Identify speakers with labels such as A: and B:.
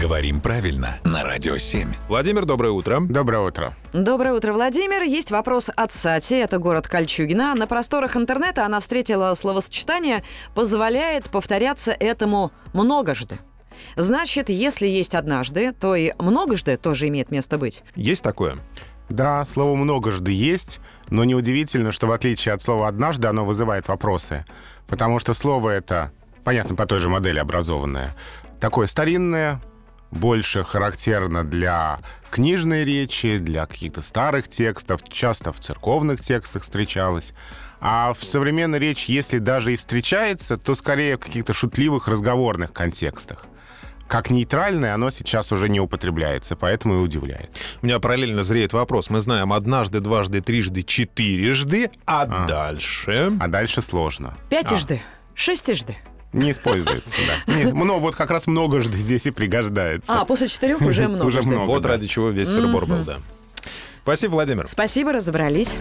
A: Говорим правильно на Радио 7.
B: Владимир, доброе утро.
C: Доброе утро.
D: Доброе утро, Владимир. Есть вопрос от Сати. Это город Кольчугина. На просторах интернета она встретила словосочетание «позволяет повторяться этому многожды». Значит, если есть однажды, то и многожды тоже имеет место быть.
B: Есть такое?
C: Да, слово «многожды» есть, но неудивительно, что в отличие от слова «однажды» оно вызывает вопросы. Потому что слово это, понятно, по той же модели образованное, такое старинное, больше характерно для книжной речи, для каких-то старых текстов, часто в церковных текстах встречалось. А в современной речи, если даже и встречается, то скорее в каких-то шутливых разговорных контекстах. Как нейтральное оно сейчас уже не употребляется, поэтому и удивляет.
B: У меня параллельно зреет вопрос. Мы знаем однажды, дважды, трижды, четырежды, а,
C: А.
B: дальше...
C: А дальше сложно.
D: Пятижды, шестижды.
C: Не используется, да. Не, мно- вот как раз многожды здесь и пригождается.
D: А, после четырех уже
C: Уже
D: многожды.
C: много.
B: вот
C: да.
B: ради чего весь сырбор был, да. Спасибо, Владимир.
D: Спасибо, разобрались.